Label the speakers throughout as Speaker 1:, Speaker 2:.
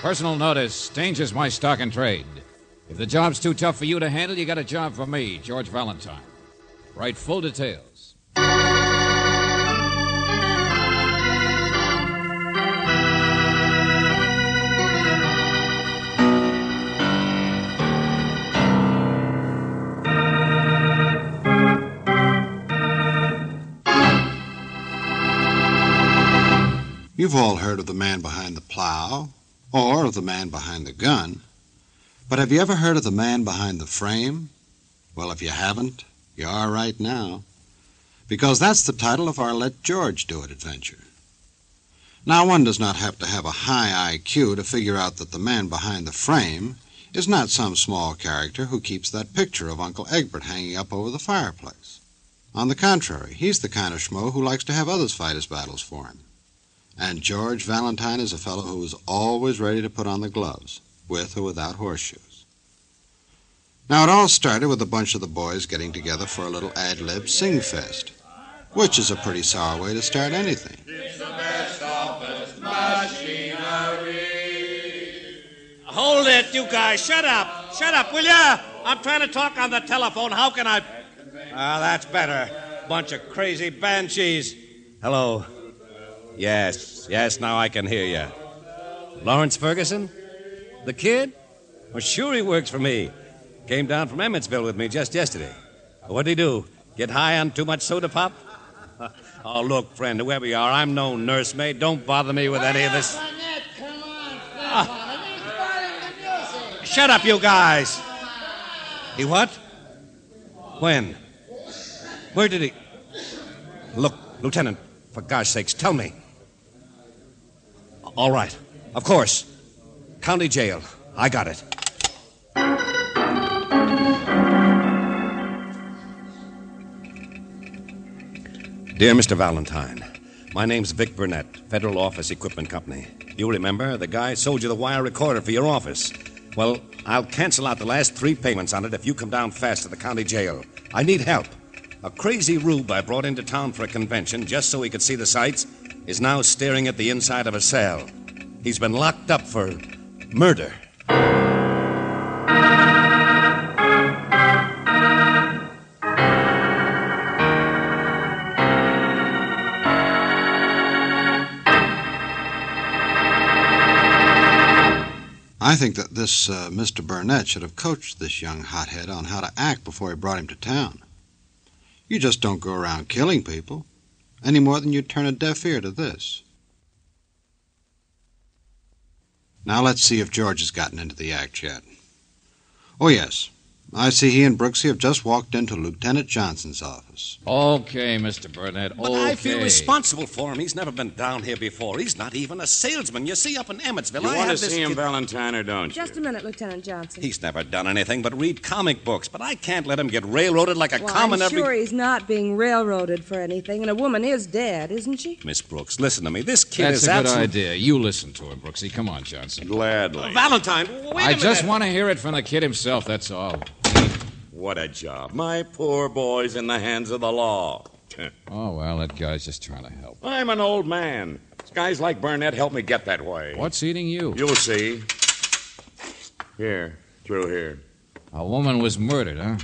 Speaker 1: Personal notice changes my stock and trade. If the job's too tough for you to handle, you got a job for me, George Valentine. Write full details.
Speaker 2: You've all heard of the man behind the plow or of the man behind the gun, but have you ever heard of the man behind the frame? Well, if you haven't, you are right now, because that's the title of our Let George Do It adventure. Now, one does not have to have a high IQ to figure out that the man behind the frame is not some small character who keeps that picture of Uncle Egbert hanging up over the fireplace. On the contrary, he's the kind of schmo who likes to have others fight his battles for him. And George Valentine is a fellow who is always ready to put on the gloves, with or without horseshoes. Now, it all started with a bunch of the boys getting together for a little ad lib sing fest, which is a pretty sour way to start anything.
Speaker 3: Hold it, you guys. Shut up. Shut up, will ya? I'm trying to talk on the telephone. How can I. Ah, that's better. Bunch of crazy banshees. Hello. Yes, yes, now I can hear you. Lawrence Ferguson? The kid? Well, sure he works for me. Came down from Emmetsville with me just yesterday. What'd he do? Get high on too much soda pop? oh, look, friend, whoever you are, I'm no nursemaid. Don't bother me with any of this.
Speaker 4: Barnett, come on, step
Speaker 5: Ah.
Speaker 4: on it. He's burning the music.
Speaker 3: Shut up, you guys. He what? When? Where did he? Look, Lieutenant, for gosh sakes, tell me. All right, of course. County jail. I got it. Dear Mr. Valentine, my name's Vic Burnett, Federal Office Equipment Company. You remember, the guy sold you the wire recorder for your office. Well, I'll cancel out the last three payments on it if you come down fast to the county jail. I need help. A crazy rube I brought into town for a convention just so he could see the sights is now staring at the inside of a cell. He's been locked up for murder.
Speaker 2: I think that this uh, Mr. Burnett should have coached this young hothead on how to act before he brought him to town. You just don't go around killing people, any more than you turn a deaf ear to this. Now let's see if George has gotten into the act yet. Oh, yes. I see he and Brooksy have just walked into Lieutenant Johnson's office.
Speaker 1: Okay, Mr. Burnett.
Speaker 3: But
Speaker 1: okay.
Speaker 3: I feel responsible for him. He's never been down here before. He's not even a salesman. You see, up in Emmetsville,
Speaker 6: You
Speaker 3: I
Speaker 6: want to
Speaker 3: have this
Speaker 6: see him,
Speaker 3: kid-
Speaker 6: Valentine, or don't you?
Speaker 7: Just a minute, Lieutenant Johnson.
Speaker 3: He's never done anything but read comic books. But I can't let him get railroaded like a
Speaker 7: well,
Speaker 3: common
Speaker 7: I'm
Speaker 3: every.
Speaker 7: sure he's not being railroaded for anything, and a woman is dead, isn't she?
Speaker 3: Miss Brooks, listen to me. This kid
Speaker 1: That's
Speaker 3: is
Speaker 1: a good
Speaker 3: absolute-
Speaker 1: idea. You listen to him, Brooksy. Come on, Johnson.
Speaker 3: Oh,
Speaker 6: Gladly.
Speaker 3: Valentine, wait a
Speaker 1: I
Speaker 3: minute.
Speaker 1: just want to hear it from the kid himself, that's all.
Speaker 6: What a job. My poor boy's in the hands of the law.
Speaker 1: Oh, well, that guy's just trying to help.
Speaker 6: I'm an old man. Guys like Burnett help me get that way.
Speaker 1: What's eating you?
Speaker 6: You'll see. Here, through here.
Speaker 1: A woman was murdered, huh?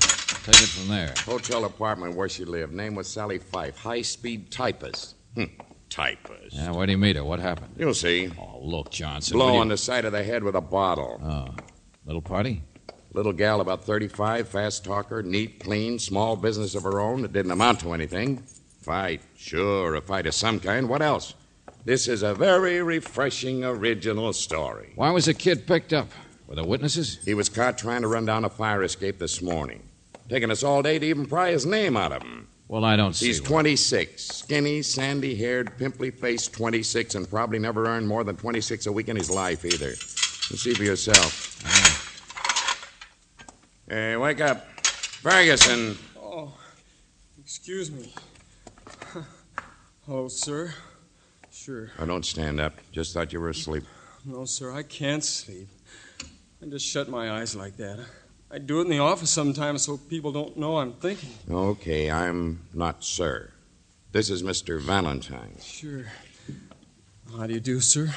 Speaker 1: Take it from there.
Speaker 6: Hotel apartment where she lived. Name was Sally Fife. High speed typist. Hmm, typist.
Speaker 1: Yeah, where do you meet her? What happened?
Speaker 6: You'll see.
Speaker 1: Oh, look, Johnson.
Speaker 6: Blow
Speaker 1: will you-
Speaker 6: on the side of the head with a bottle.
Speaker 1: Oh, little party?
Speaker 6: Little gal about 35, fast talker, neat, clean, small business of her own that didn't amount to anything. Fight, sure, a fight of some kind. What else? This is a very refreshing original story.
Speaker 1: Why was the kid picked up? Were there witnesses?
Speaker 6: He was caught trying to run down a fire escape this morning. Taking us all day to even pry his name out of him.
Speaker 1: Well, I don't see.
Speaker 6: He's
Speaker 1: one.
Speaker 6: 26, skinny, sandy haired, pimply faced 26, and probably never earned more than 26 a week in his life either. You see for yourself. Hey, wake up. Ferguson.
Speaker 8: Oh, Excuse me. Hello, sir. Sure.
Speaker 6: Oh, don't stand up. Just thought you were asleep.
Speaker 8: No, sir, I can't sleep. I just shut my eyes like that. I do it in the office sometimes so people don't know I'm thinking.
Speaker 6: Okay, I'm not sir. This is Mr. Valentine.
Speaker 8: Sure. How do you do, sir?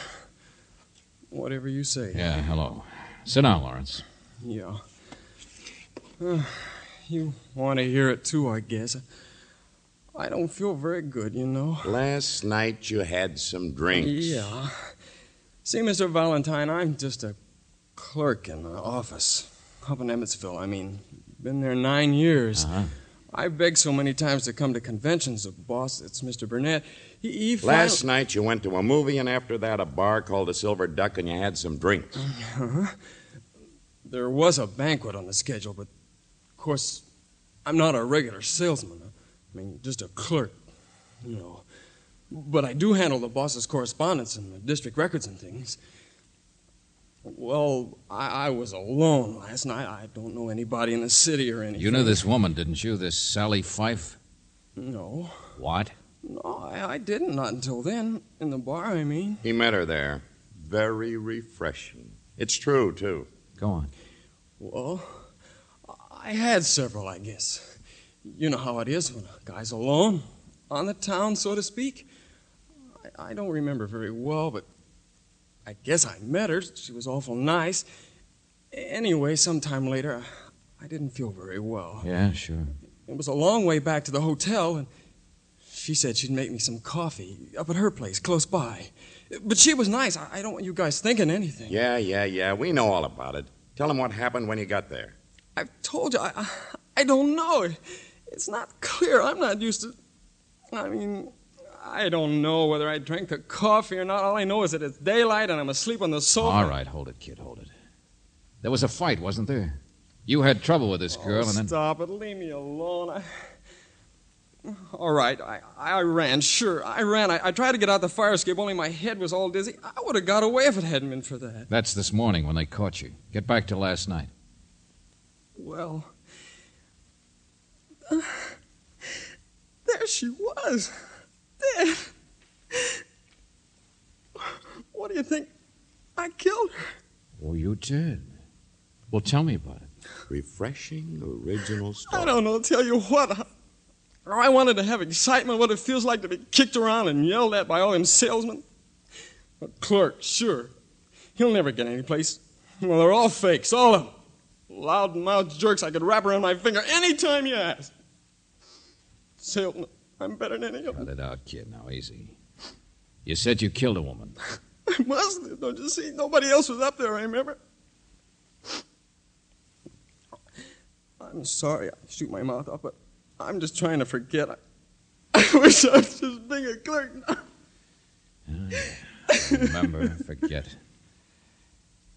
Speaker 8: Whatever you say.
Speaker 1: Yeah, hello. Sit down, Lawrence.
Speaker 8: Yeah. Uh, you want to hear it too, I guess. I don't feel very good, you know.
Speaker 6: Last night you had some drinks.
Speaker 8: Yeah. See, Mr. Valentine, I'm just a clerk in the office. Up in Emmetsville, I mean. Been there nine years.
Speaker 1: Uh-huh.
Speaker 8: I begged so many times to come to conventions of boss, it's Mr. Burnett. He, he fin-
Speaker 6: Last night you went to a movie and after that a bar called the Silver Duck and you had some drinks.
Speaker 8: Mm. Huh? Uh-huh. There was a banquet on the schedule, but of course, I'm not a regular salesman. I mean, just a clerk, you know. But I do handle the boss's correspondence and the district records and things. Well, I, I was alone last night. I don't know anybody in the city or anything.
Speaker 1: You knew this woman, didn't you? This Sally Fife?
Speaker 8: No.
Speaker 1: What?
Speaker 8: No, I, I didn't. Not until then. In the bar, I mean.
Speaker 6: He met her there. Very refreshing. It's true, too.
Speaker 1: Go on.
Speaker 8: Well, I had several, I guess. You know how it is when a guy's alone, on the town, so to speak. I, I don't remember very well, but I guess I met her. She was awful nice. Anyway, sometime later, I, I didn't feel very well.
Speaker 1: Yeah, sure.
Speaker 8: It was a long way back to the hotel, and she said she'd make me some coffee up at her place, close by. But she was nice. I, I don't want you guys thinking anything.
Speaker 6: Yeah, yeah, yeah. We know all about it. Tell him what happened when you got there.
Speaker 8: I've told you, I, I, I don't know. It's not clear. I'm not used to. I mean, I don't know whether I drank the coffee or not. All I know is that it's daylight and I'm asleep on the sofa.
Speaker 1: All right, hold it, kid, hold it. There was a fight, wasn't there? You had trouble with this
Speaker 8: Oh,
Speaker 1: girl, and then.
Speaker 8: Stop it. Leave me alone. I... All right, I, I ran, sure. I ran. I, I tried to get out the fire escape, only my head was all dizzy. I would have got away if it hadn't been for that.
Speaker 1: That's this morning when they caught you. Get back to last night.
Speaker 8: Well, uh, there she was. Dead. What do you think? I killed her.
Speaker 1: Oh, you did? Well, tell me about it.
Speaker 6: Refreshing original story.
Speaker 8: I don't know, tell you what. I, or I wanted to have excitement, what it feels like to be kicked around and yelled at by all them salesmen. A clerk, sure. He'll never get any place. Well, they're all fakes, all of them. Loud mouthed jerks I could wrap around my finger any time you ask. Salesman, I'm better than any of them.
Speaker 1: Cut it out, kid. Now, easy. You said you killed a woman.
Speaker 8: I must have, don't you see? Nobody else was up there, I remember. I'm sorry I shoot my mouth off, but I'm just trying to forget. I, I wish I was just being a clerk now.
Speaker 1: Remember, forget.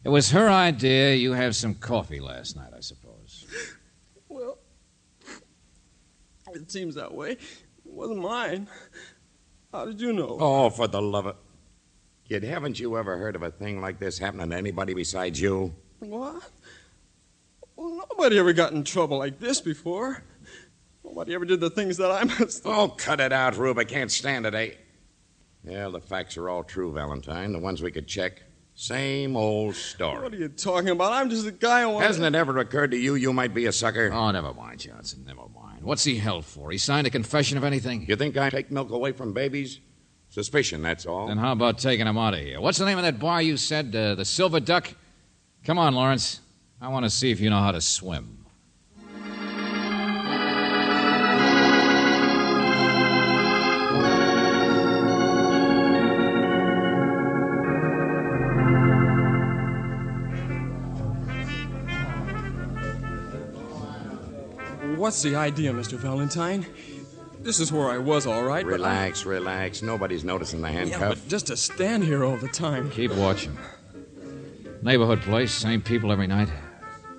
Speaker 1: It was her idea you have some coffee last night, I suppose.
Speaker 8: Well, it seems that way. It wasn't mine. How did you know?
Speaker 6: Oh, for the love of. Kid, haven't you ever heard of a thing like this happening to anybody besides you?
Speaker 8: What? Well, nobody ever got in trouble like this before. Nobody ever did the things that I must.
Speaker 6: Oh, cut it out, Rube. I can't stand it, eh? Yeah, the facts are all true, Valentine. The ones we could check. Same old
Speaker 8: What
Speaker 6: story.
Speaker 8: are you talking about? I'm just a guy who.
Speaker 6: Hasn't it ever occurred to you you might be a sucker?
Speaker 1: Oh, never mind, Johnson. Never mind. What's he held for? He signed a confession of anything?
Speaker 6: You think I take milk away from babies? Suspicion, that's all.
Speaker 1: Then how about taking him out of here? What's the name of that bar you said, uh, the Silver Duck? Come on, Lawrence. I want to see if you know how to swim.
Speaker 8: What's the idea, Mr. Valentine? This is where I was, all right. but I-
Speaker 6: Relax, relax. Nobody's noticing the
Speaker 8: yeah,
Speaker 6: handcuff.
Speaker 8: but just to stand here all the time.
Speaker 1: Keep watching. Neighborhood place, same people every night.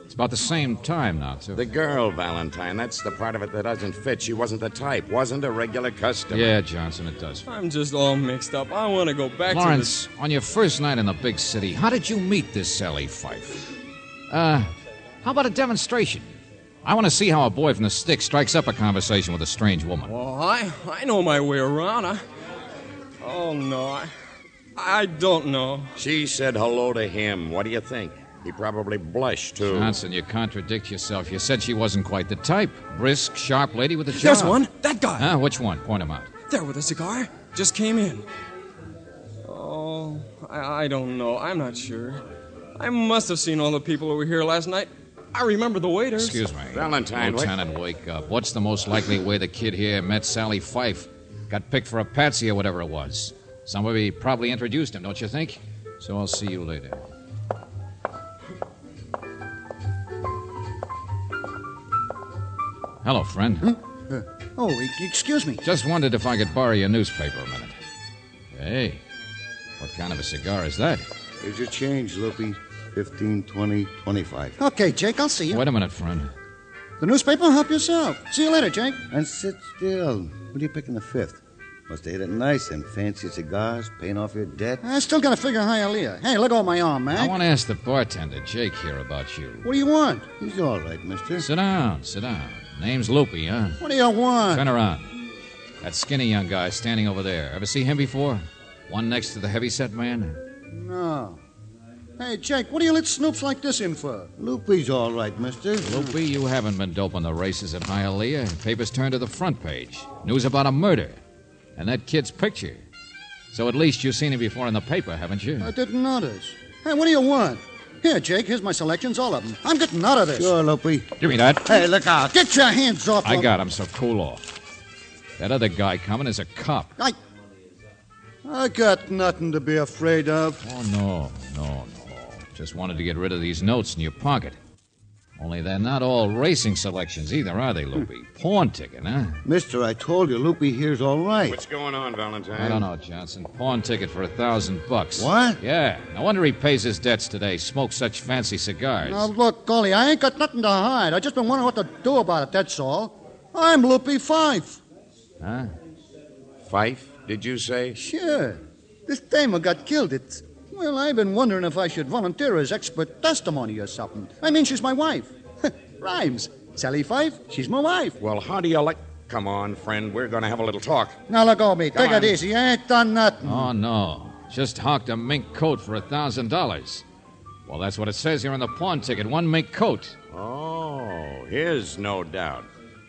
Speaker 1: It's about the same time now, too.
Speaker 6: The girl, Valentine, that's the part of it that doesn't fit. She wasn't the type, wasn't a regular customer.
Speaker 1: Yeah, Johnson, it does.
Speaker 8: I'm just all mixed up. I want to go back
Speaker 1: Lawrence, on your first night in the big city, how did you meet this Sally Fife? Uh, how about a demonstration? I want to see how a boy from the sticks strikes up a conversation with a strange
Speaker 8: to
Speaker 1: woman.
Speaker 8: the. Well, Oh, I, I know my way around. I... Oh, no. I, I don't know.
Speaker 6: She said hello to him. What do you think? He probably blushed, too.
Speaker 1: Johnson, you contradict yourself. You said she wasn't quite the type. Brisk, sharp lady with a job.
Speaker 8: There's one. That guy.
Speaker 1: Huh? Which one? Point him out.
Speaker 8: There with a cigar. Just came in. Oh, I, I don't know. I'm not sure. I must have seen all the people over here last night. I remember the waiters.
Speaker 1: Excuse me.
Speaker 6: Valentine, wait-
Speaker 1: Lieutenant, wake up. What's the most likely way the kid here met Sally Fife? Got picked for a patsy or whatever it was. Somebody probably introduced him, don't you think? So I'll see you later. Hello, friend.
Speaker 5: Oh, e- excuse me.
Speaker 1: Just wondered if I could borrow your newspaper a minute. Hey, what kind of a cigar is that?
Speaker 9: Here's your change, Loopy. 15, 20, 25.
Speaker 5: Okay, Jake, I'll see you.
Speaker 1: Wait a minute, friend.
Speaker 5: The newspaper? Help yourself. See you later, Jake.
Speaker 9: And sit still. What are you picking the fifth? Must have hit it nice, them fancy cigars, paying off your debt.
Speaker 5: I still got to figure Hialeah. Hey, look over my arm,
Speaker 1: I
Speaker 5: man.
Speaker 1: want to ask the bartender, Jake, here about you.
Speaker 5: What do you want?
Speaker 9: He's all right, mister.
Speaker 1: Sit down, sit down. Name's Loopy, huh?
Speaker 5: What do you want?
Speaker 1: Turn around. That skinny young guy standing over there. Ever see him before? One next to the heavyset man?
Speaker 5: No. Hey, Jake, what do you let snoops like this in for?
Speaker 9: Loopy's all right, mister.
Speaker 1: Loopy, you haven't been doping the races at Hialeah. Papers turned to the front page. News about a murder. And that kid's picture. So at least you've seen him before in the paper, haven't you?
Speaker 2: Uh,
Speaker 5: I didn't notice. Hey, what do you want? Here, Jake, here's my selections, all of them. I'm getting out of this.
Speaker 9: Sure, Loopy.
Speaker 1: Give me that.
Speaker 5: Hey, look out. Get your hands off
Speaker 1: I
Speaker 5: of
Speaker 1: got him, so cool off. That other guy coming is a cop.
Speaker 5: I... I got nothing to be afraid of.
Speaker 1: Oh, no, no, no. Just wanted to get rid of these notes in your pocket. Only they're not all racing selections either, are they, Loopy? Pawn ticket, huh?
Speaker 9: Mister, I told you, Loopy here's all right.
Speaker 6: What's going on, Valentine?
Speaker 1: I don't know, Johnson. Pawn ticket for a thousand bucks.
Speaker 9: What?
Speaker 1: Yeah. No wonder he pays his debts today. Smokes such fancy cigars.
Speaker 5: Now, look, Golly, I ain't got nothing to hide. I just been wondering what to do about it, that's all. I'm Loopy Fife.
Speaker 1: Huh?
Speaker 6: Fife, did you say?
Speaker 5: Sure. This dame got killed. It's... Well, I've been wondering if I should volunteer as expert testimony or something. I mean, she's my wife. Rhymes. Sally Fife, she's my wife.
Speaker 6: Well, how do you like. Come on, friend. We're going to have a little talk.
Speaker 5: Now, look over me. Take
Speaker 6: on.
Speaker 5: it easy. I ain't done nothing.
Speaker 1: Oh, no. Just hawked a mink coat for a thousand dollars. Well, that's what it says here on the pawn ticket. One mink coat.
Speaker 6: Oh, his, no doubt.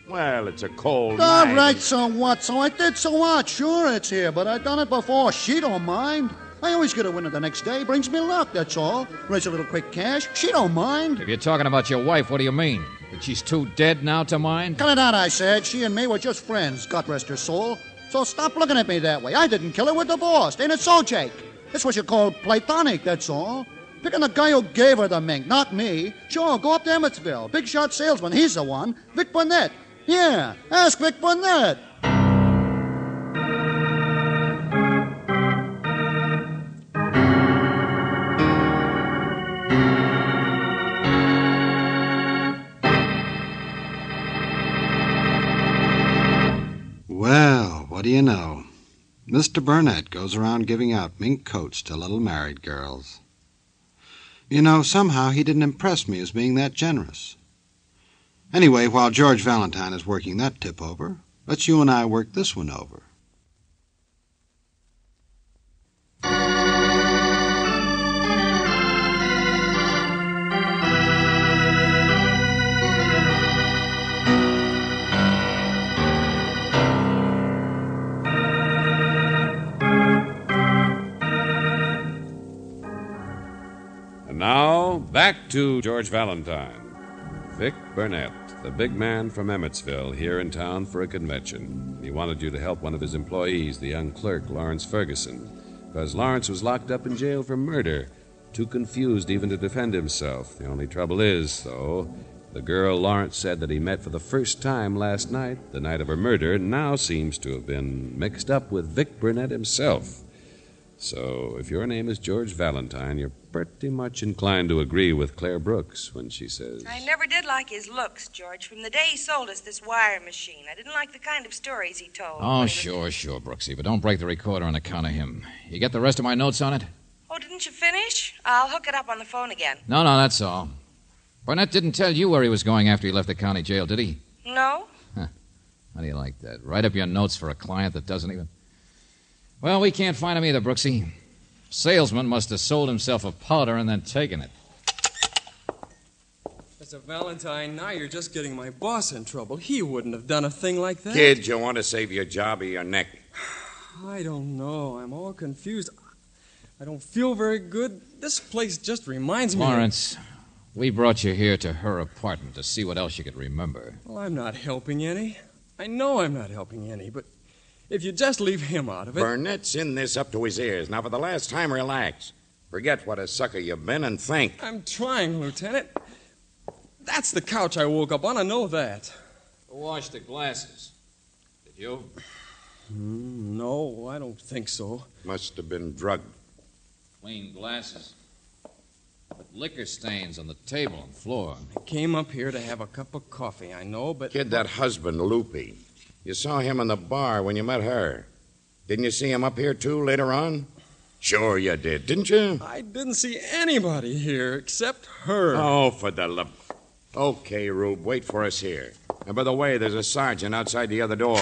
Speaker 6: Well, it's a cold
Speaker 5: All
Speaker 6: night.
Speaker 5: right, so what? So I did, so what? Sure, it's here, but i done it before. She don't mind. I always get a winner the next day. Brings me luck, that's all. Raise a little quick cash. She don't mind.
Speaker 1: If you're talking about your wife, what do you mean? That she's too dead now to mind?
Speaker 5: Cut it out, I said. She and me were just friends, God rest her soul. So stop looking at me that way. I didn't kill her. We're divorced. Ain't it so, Jake? It's what you call platonic, that's all. Picking the guy who gave her the mink, not me. Sure, go up to Emmetsville. Big shot salesman, he's the one. Vic Burnett. Yeah, ask Vic Burnett.
Speaker 2: Well, what do you know? Mr. Burnett goes around giving out mink coats to little married girls. You know, somehow he didn't impress me as being that generous. Anyway, while George Valentine is working that tip over, let's you and I work this one over.
Speaker 10: And now, back to George Valentine. Vic Burnett, the big man from Emmetsville, here in town for a convention. He wanted you to help one of his employees, the young clerk, Lawrence Ferguson, because Lawrence was locked up in jail for murder, too confused even to defend himself. The only trouble is, though, the girl Lawrence said that he met for the first time last night, the night of her murder, now seems to have been mixed up with Vic Burnett himself. So, if your name is George Valentine, you're pretty much inclined to agree with Claire Brooks when she says.
Speaker 7: I never did like his looks, George. From the day he sold us this wire machine, I didn't like the kind of stories he told.
Speaker 1: Oh, sure, sure, Brooksy, but don't break the recorder on account of him. You get the rest of my notes on it?
Speaker 7: Oh, didn't you finish? I'll hook it up on the phone again.
Speaker 1: No, no, that's all. Burnett didn't tell you where he was going after he left the county jail, did he?
Speaker 7: No?
Speaker 1: How do you like that? Write up your notes for a client that doesn't even. Well, we can't find him either, Brooksy. Salesman must have sold himself a powder and then taken it.
Speaker 8: Mr. Valentine, now you're just getting my boss in trouble. He wouldn't have done a thing like that.
Speaker 6: Kid, you want to save your job or your neck?
Speaker 8: I don't know. I'm all confused. I don't feel very good. This place just reminds me. of-
Speaker 1: Lawrence, we brought you here to her apartment to see what else you could remember.
Speaker 8: Well, I'm not helping any. I know I'm not helping any, but if you just leave him out of it.
Speaker 6: Burnett's in this up to his ears. Now, for the last time, relax. Forget what a sucker you've been and think.
Speaker 8: I'm trying, Lieutenant. That's the couch I woke up on. I know that.
Speaker 1: Who washed the glasses? Did you?
Speaker 8: Mm, no, I don't think so.
Speaker 6: Must have been drugged.
Speaker 1: Clean glasses. With liquor stains on the table and floor.
Speaker 8: I came up here to have a cup of coffee, I know, but.
Speaker 6: Kid, that husband, Loopy. You saw him in the bar when you met her. Didn't you see him up here, too, later on? Sure you did, didn't you?
Speaker 8: I didn't see anybody here except her.
Speaker 6: Oh, for the love. Okay, Rube, wait for us here. And by the way, there's a sergeant outside the other door.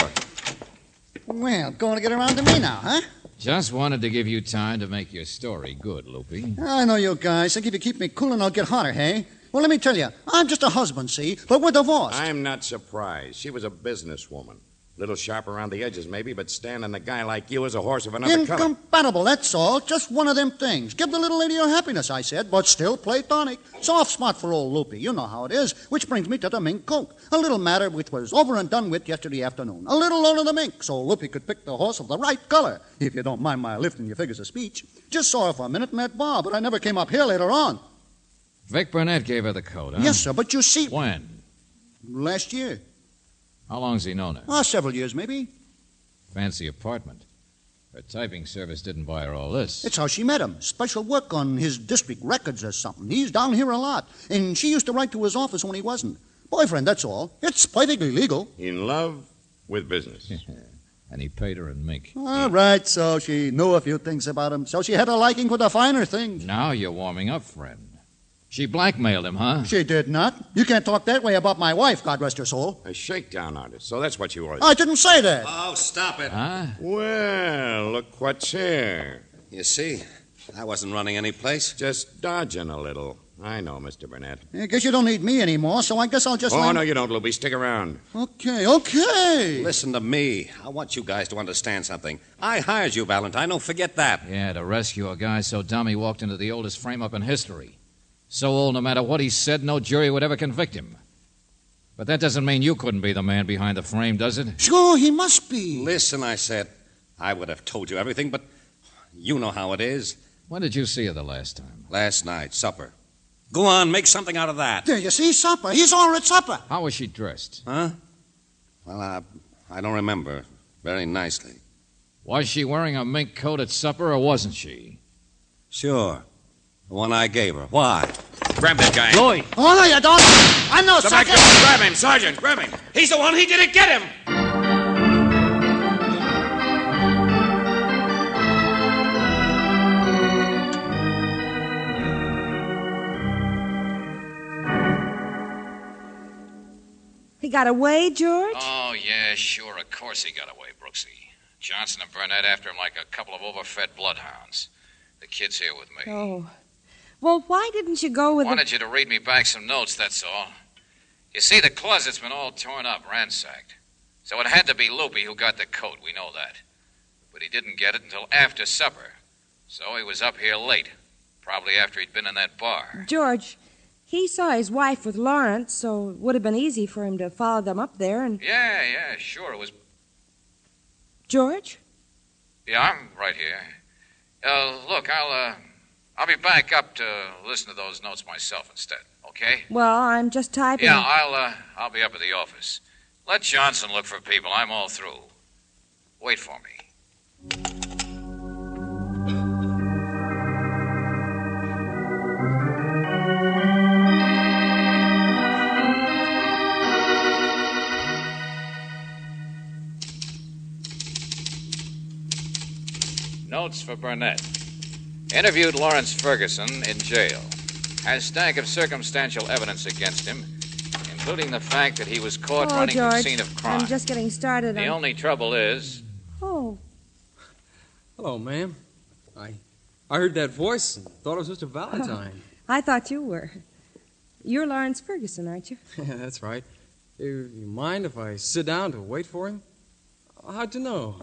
Speaker 5: Well, going to get around to me now, huh?
Speaker 1: Just wanted to give you time to make your story good, Loopy.
Speaker 5: I know you guys think if you keep me cool and I'll get hotter, hey? Well, let me tell you, I'm just a husband, see? But we're divorced.
Speaker 6: I'm not surprised. She was a businesswoman. Little sharp around the edges, maybe, but standing a guy like you is a horse of another color.
Speaker 5: Incompatible, that's all. Just one of them things. Give the little lady her happiness, I said, but still platonic. Soft spot for old Loopy, you know how it is. Which brings me to the mink coke. A little matter which was over and done with yesterday afternoon. A little loan of the mink, so Loopy could pick the horse of the right color, if you don't mind my lifting your figures of speech. Just saw her for a minute in that bar, but I never came up here later on.
Speaker 1: Vic Burnett gave her the coat, huh?
Speaker 5: Yes, sir, but you see,
Speaker 1: When?
Speaker 5: last year.
Speaker 1: How long's he known her?
Speaker 5: Ah, several years, maybe.
Speaker 1: Fancy apartment. Her typing service didn't buy her all this.
Speaker 5: It's how she met him. Special work on his district records or something. He's down here a lot. And she used to write to his office when he wasn't. Boyfriend, that's all. It's perfectly legal.
Speaker 6: In love with business.
Speaker 1: and he paid her in mink.
Speaker 5: All right, so she knew a few things about him. So she had a liking for the finer things.
Speaker 1: Now you're warming up, friend. She blackmailed him, huh?
Speaker 5: She did not. You can't talk that way about my wife, God rest her soul.
Speaker 6: A shakedown artist. So that's what you are.
Speaker 5: I didn't say that.
Speaker 3: Oh, stop it.
Speaker 1: Huh?
Speaker 6: Well, look what's here.
Speaker 3: You see, I wasn't running any place.
Speaker 6: Just dodging a little. I know, Mr. Burnett.
Speaker 5: I guess you don't need me anymore, so I guess I'll just.
Speaker 6: Oh,
Speaker 5: let-
Speaker 6: no, you don't, Luby. Stick around.
Speaker 5: Okay, okay.
Speaker 3: Listen to me. I want you guys to understand something. I hired you, Valentine. Don't forget that.
Speaker 1: Yeah, to rescue a guy so dumb he walked into the oldest frame up in history. So old, no matter what he said, no jury would ever convict him. But that doesn't mean you couldn't be the man behind the frame, does it?
Speaker 5: Sure, he must be.
Speaker 3: Listen, I said. I would have told you everything, but you know how it is.
Speaker 1: When did you see her the last time?
Speaker 3: Last night, supper. Go on, make something out of that.
Speaker 5: There, you see, supper. He's all at supper.
Speaker 1: How was she dressed?
Speaker 3: Huh? Well, I, I don't remember very nicely.
Speaker 1: Was she wearing a mink coat at supper or wasn't she?
Speaker 3: Sure. The one I gave her. Why? Grab that guy.
Speaker 1: Lloyd!
Speaker 5: Oh, no, you don't. I'm no
Speaker 6: Come back
Speaker 5: sucker.
Speaker 6: here. Grab him, Sergeant. Grab him.
Speaker 3: He's the one. He did it. Get him.
Speaker 7: He got away, George?
Speaker 1: Oh, yeah, sure. Of course he got away, Brooksy. Johnson and Burnett after him like a couple of overfed bloodhounds. The kid's here with me.
Speaker 7: Oh. Well, why didn't you go with the-
Speaker 1: Wanted you to read me back some notes, that's all. You see, the closet's been all torn up, ransacked. So it had to be Loopy who got the coat, we know that. But he didn't get it until after supper. So he was up here late, probably after he'd been in that bar.
Speaker 7: George, he saw his wife with Lawrence, so it would have been easy for him to follow them up there and.
Speaker 1: Yeah, yeah, sure, it was.
Speaker 7: George?
Speaker 1: Yeah, I'm right here. Uh, look, I'll, uh, I'll be back up to listen to those notes myself instead, okay?
Speaker 7: Well, I'm just typing.
Speaker 1: Yeah, I'll, uh, I'll be up at the office. Let Johnson look for people. I'm all through. Wait for me. Notes for Burnett. Interviewed Lawrence Ferguson in jail. Has stack of circumstantial evidence against him, including the fact that he was caught
Speaker 7: oh,
Speaker 1: running
Speaker 7: George,
Speaker 1: the scene of crime.
Speaker 7: I'm just getting started.
Speaker 1: The
Speaker 7: on...
Speaker 1: only trouble is,
Speaker 7: Oh,
Speaker 8: Hello, ma'am. I I heard that voice and thought it was Mr. Valentine.
Speaker 7: I thought you were. You're Lawrence Ferguson, aren't you?
Speaker 8: yeah, that's right. You, you mind if I sit down to wait for him? How'd you know?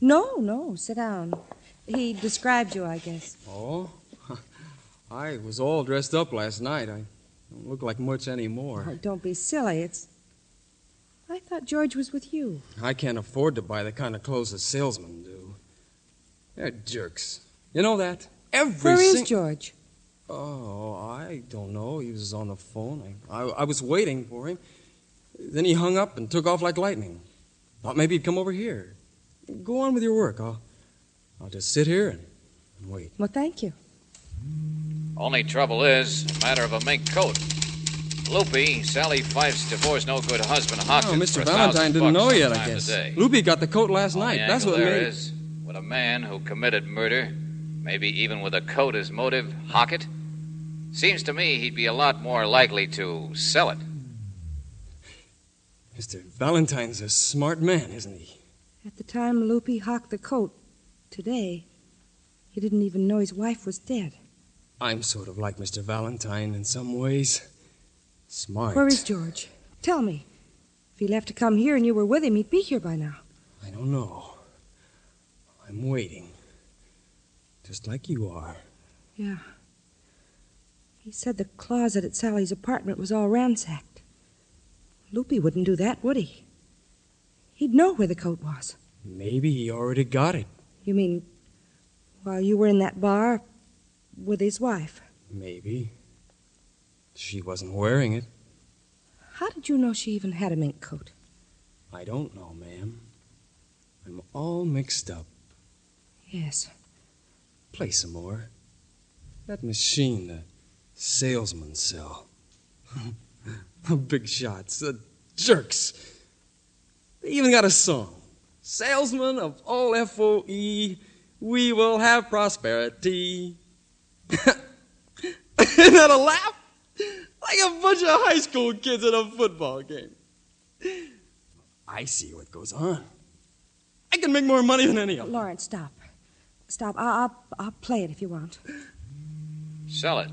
Speaker 7: No, no, sit down.
Speaker 11: He described you, I guess.
Speaker 8: Oh? I was all dressed up last night. I don't look like much
Speaker 11: Oh,
Speaker 8: anymore.
Speaker 11: don't be silly. It's. I thought George was with you.
Speaker 8: I can't afford to buy the kind of clothes the salesmen do. They're jerks. You know that? Every
Speaker 11: Where is
Speaker 8: sing-
Speaker 11: George?
Speaker 8: Oh, I don't know. He was on the phone. I, I, I was waiting for him. Then he hung up and took off like lightning. Thought maybe he'd come over here. Go on with your work. I'll, I'll just sit here and, and wait.
Speaker 11: Well, thank you.
Speaker 1: Only trouble is a matter of a mink coat. Loopy, Sally Fife's divorced no good husband, Hawkins.
Speaker 8: oh,
Speaker 1: for
Speaker 8: Mr.
Speaker 1: a thousand
Speaker 8: Valentine didn't
Speaker 1: bucks
Speaker 8: know yet, I
Speaker 1: sometime
Speaker 8: guess.
Speaker 1: today.
Speaker 8: Loopy got the coat last
Speaker 1: Only
Speaker 8: night. That's
Speaker 1: angle
Speaker 8: what
Speaker 1: there
Speaker 8: made it.
Speaker 1: is with a man who committed murder, maybe even with a coat as motive, Hockett. Seems to me he'd be a lot more likely to sell it.
Speaker 8: Mr. Valentine's a smart man, isn't he?
Speaker 11: At the time Loopy hawked the coat, today, he didn't even know his wife was dead.
Speaker 8: I'm sort of like Mr. Valentine in some ways. Smart.
Speaker 11: Where is George? Tell me. If he left to come here and you were with him, he'd be here by now.
Speaker 8: I don't know. I'm waiting. Just like you are.
Speaker 11: Yeah. He said the closet at Sally's apartment was all ransacked. Loopy wouldn't do that, would he? He'd know where the coat was.
Speaker 8: Maybe he already got it.
Speaker 11: You mean, while you were in that bar with his wife?
Speaker 8: Maybe. She wasn't wearing it.
Speaker 11: How did you know she even had a mink coat?
Speaker 8: I don't know, ma'am. I'm all mixed up.
Speaker 11: Yes.
Speaker 8: Play some more. That machine, the salesman sell. Big shots, uh, jerks. They even got a song. Salesman of all FOE, we will have prosperity. Isn't that a laugh? Like a bunch of high school kids at a football game. I see what goes on. I can make more money than any of them.
Speaker 11: Lawrence, stop. Stop. I- I'll, I'll play it if you want.
Speaker 1: Sell it.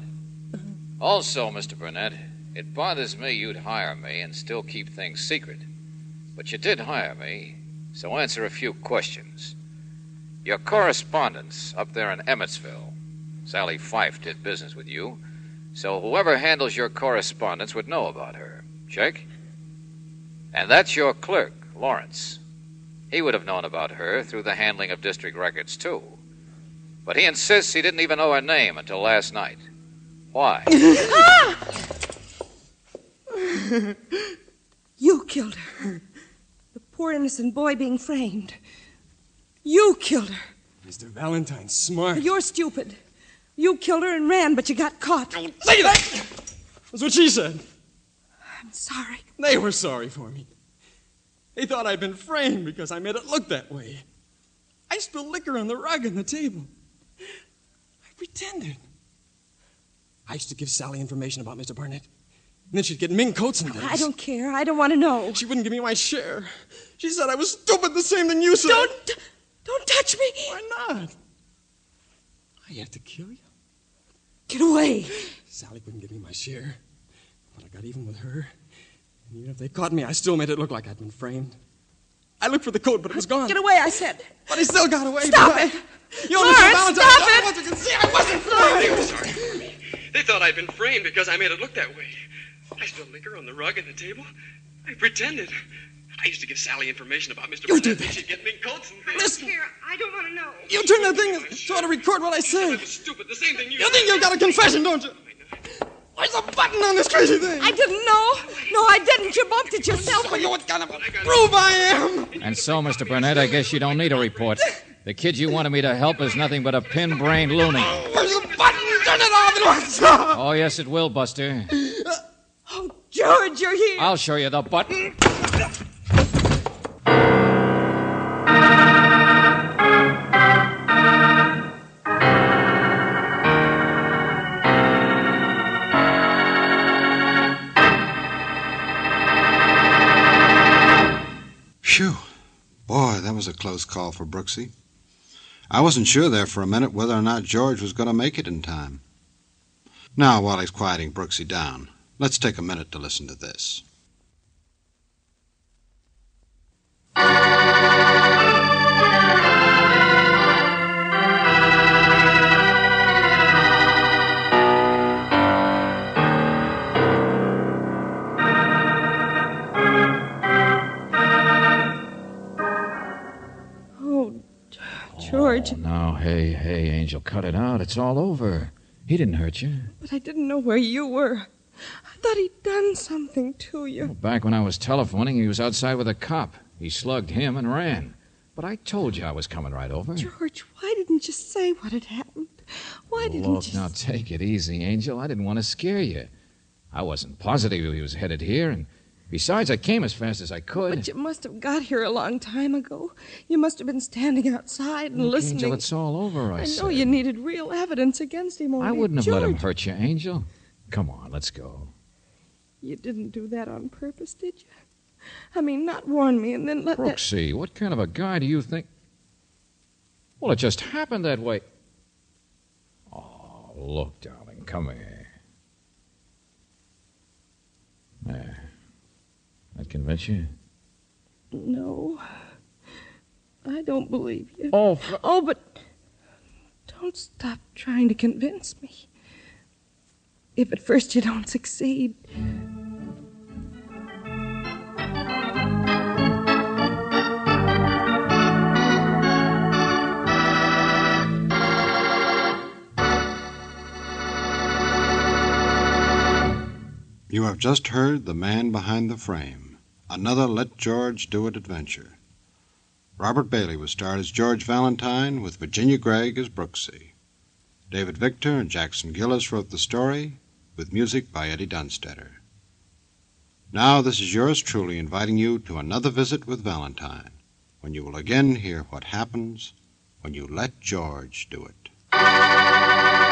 Speaker 1: Also, Mr. Burnett, it bothers me you'd hire me and still keep things secret. But you did hire me, so answer a few questions. Your correspondence up there in Emmetsville, Sally Fife did business with you, so whoever handles your correspondence would know about her. Check? And that's your clerk, Lawrence. He would have known about her through the handling of district records, too. But he insists he didn't even know her name until last night. Why?
Speaker 11: You killed her. The poor innocent boy being framed. You killed her.
Speaker 8: Mr. Valentine's smart.
Speaker 11: You're stupid. You killed her and ran, but you got caught. Don't
Speaker 8: say that! That's what she said.
Speaker 11: I'm sorry.
Speaker 8: They were sorry for me. They thought I'd been framed because I made it look that way. I spilled liquor on the rug and the table. I pretended. I used to give Sally information about Mr. Barnett. And then she'd get mink coats and things.
Speaker 11: I don't care. I don't want to know.
Speaker 8: She wouldn't give me my share. She said I was stupid, the same thing you said.
Speaker 11: Don't, don't touch me.
Speaker 8: Why not? I had to kill you.
Speaker 11: Get away.
Speaker 8: Sally wouldn't give me my share. But I got even with her. And even if they caught me, I still made it look like I'd been framed. I looked for the coat, but it was gone.
Speaker 11: Get away, I said.
Speaker 8: But he still got away.
Speaker 11: Stop
Speaker 8: but I-
Speaker 11: it.
Speaker 8: Yo,
Speaker 11: Lawrence,
Speaker 8: Mr. Valentine,
Speaker 11: stop
Speaker 8: I
Speaker 11: it.
Speaker 8: wasn't gonna see- I wasn't framed. They were sorry for me. They thought I'd been framed because I made it look that way. I spilled liquor on the rug and the table. I pretended. I used to give Sally information about Mr. You did that. She'd get mink coats and things. Listen.
Speaker 7: I don't want to know.
Speaker 8: You turn that thing so to record what I say.
Speaker 7: Stupid, the same thing
Speaker 8: You think you've got a confession, don't you? Where's the button on this crazy thing?
Speaker 11: I didn't know. No, I didn't. You bumped it yourself.
Speaker 8: You know what kind of a prove I am?
Speaker 12: And so, Mr. Burnett, I guess you don't need a report. The kid you wanted me to help is nothing but a pin-brained loony.
Speaker 8: Where's the button? Turn it off at once.
Speaker 12: Oh, yes, it will, Buster.
Speaker 11: Oh, George, you're here.
Speaker 12: I'll show you the button.
Speaker 2: Phew. Boy, that was a close call for Brooksy. I wasn't sure there for a minute whether or not George was going to make it in time. Now, while he's quieting Brooksy down, let's take a minute to listen to this.
Speaker 7: Oh,
Speaker 11: George.
Speaker 1: Now, hey, hey, Angel, cut it out. It's all over. He didn't hurt you.
Speaker 11: But I didn't know where you were. I thought he'd done something to you.
Speaker 1: Back when I was telephoning, he was outside with a cop. He slugged him and ran. But I told you I was coming right over.
Speaker 11: George, why didn't you say what had happened? Why didn't
Speaker 1: Look,
Speaker 11: you?
Speaker 1: now take it easy, Angel. I didn't want to scare you. I wasn't positive he was headed here, and besides, I came as fast as I could.
Speaker 11: But you must have got here a long time ago. You must have been standing outside and
Speaker 1: Look,
Speaker 11: listening.
Speaker 1: Angel, it's all over, I,
Speaker 11: I know
Speaker 1: said.
Speaker 11: you needed real evidence against him.
Speaker 1: I
Speaker 11: only-
Speaker 1: wouldn't have
Speaker 11: George,
Speaker 1: let him hurt you, Angel. Come on, let's go.
Speaker 11: You didn't do that on purpose, did you? I mean, not warn me and then let that.
Speaker 1: Brooksy, what kind of a guy do you think? Well, it just happened that way. Oh, look, darling, come here. There. That convince you?
Speaker 11: No. I don't believe you.
Speaker 1: Oh,
Speaker 11: oh, but don't stop trying to convince me. If at first you don't succeed,
Speaker 2: You have just heard The Man Behind the Frame, another Let George Do It adventure. Robert Bailey was starred as George Valentine, with Virginia Gregg as Brooksy. David Victor and Jackson Gillis wrote the story, with music by Eddie Dunstetter. Now, this is yours truly inviting you to another visit with Valentine, when you will again hear what happens when you let George do it.